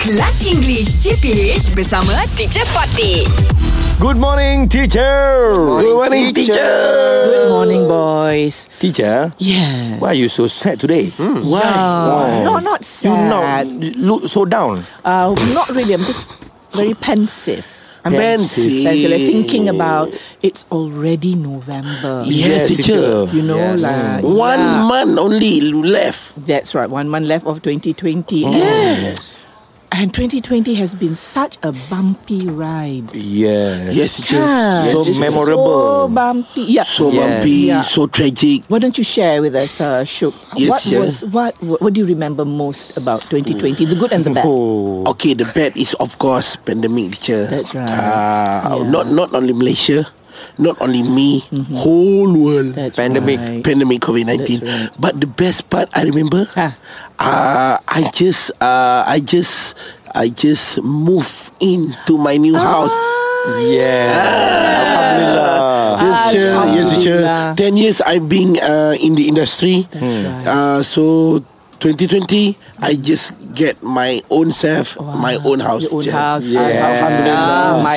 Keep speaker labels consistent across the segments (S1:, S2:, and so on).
S1: Kelas English CPH bersama Teacher Fatih.
S2: Good morning, teacher.
S3: Good morning, teacher.
S4: Good morning, boys.
S3: Teacher,
S4: Yeah.
S3: why are you so sad today? Hmm?
S4: Wow.
S3: Why?
S4: No, not sad.
S3: You now look so down.
S4: Uh, not really. I'm just very pensive.
S3: I'm pensive.
S4: Pensive. Like thinking about it's already November.
S3: Yes, teacher.
S4: You know,
S3: Yes.
S4: like
S5: One
S4: yeah.
S5: month only left.
S4: That's right. One month left of 2020.
S3: Yes.
S4: And 2020 has been such a bumpy ride.
S3: Yes.
S5: Yes, teacher. Yes,
S4: Yeah.
S3: So
S5: teacher.
S3: memorable.
S4: So bumpy. Yeah.
S5: So
S3: Yes.
S5: bumpy,
S4: Yeah.
S5: so tragic.
S4: Why don't you share with us, uh, Shuk?
S5: Yes,
S4: what
S5: yeah.
S4: was what, what? What do you remember most about 2020? The good and the bad.
S3: Oh.
S5: Okay, the bad is of course pandemic, teacher.
S4: That's right.
S5: Uh,
S4: Yeah.
S5: Not not only Malaysia, not only me, whole world.
S4: That's
S3: Pandemic.
S4: right.
S5: Pandemic COVID nineteen,
S4: That's right. Ha.
S5: but the best part I remember,
S4: Huh.
S5: uh, I just, uh, I just, I just moved into my new
S4: Ah.
S5: house.
S3: Yeah. Alhamdulillah.
S5: Yes, teacher. Yes, teacher.
S4: Alhamdulillah.
S5: Ten years I've been uh, in the industry. Uh, so 2020, I just get my own self, my own house.
S4: Your own
S5: teacher.
S4: house.
S3: Yes. Ah,
S4: Alhamdulillah. My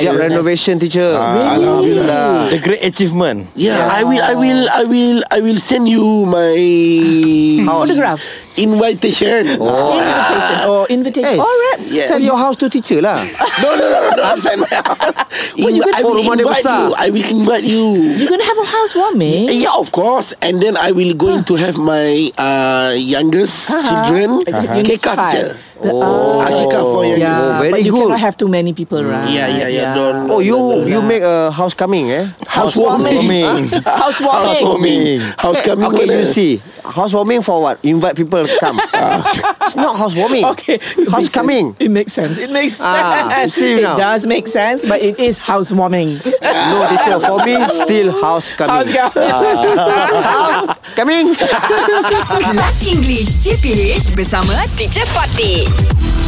S2: Siap
S4: goodness.
S2: renovation, teacher.
S5: Alhamdulillah.
S3: The great achievement.
S5: Yeah, I will, I will, I will, I will send you my
S4: Photographs.
S5: invitation.
S4: Invitation. Oh, invitation.
S2: Yes.
S4: All right.
S5: Yeah.
S2: Sell your house to teacher lah.
S5: No, no, no, no, not send my house. In,
S4: you
S5: I
S4: can-
S5: will
S2: Oh, rumah dia
S5: invite
S2: besar.
S5: you. I will invite you.
S4: You're going to have a housewarming.
S5: Eh, Yeah, of course. And then I will going to have my uh, youngest children.
S4: Uh-huh.
S5: Kekah teacher.
S4: Oh.
S5: Akikah for youngest.
S4: Yeah,
S2: Oh, very
S4: but you
S2: good.
S4: cannot have too many people, right?
S5: Yeah, yeah, yeah. Don't.
S2: Oh, you you make a house coming eh?
S5: Housewarming.
S2: Housewarming.
S4: Oh, Housewarming.
S5: Housewarming. Housewarming.
S2: Okay,
S5: mana?
S2: you see. Housewarming for what? Invite people to come. it's not housewarming.
S4: Okay. It
S2: House
S4: makes sense.
S2: coming.
S4: It makes sense. It makes
S2: Ah,
S4: sense.
S2: you see
S4: it
S2: now.
S4: does make sense, but it is housewarming.
S2: No, teacher. For me, still house coming. Uh,
S4: House-
S2: house coming.
S1: Kelas English CPH bersama Teacher Fatih.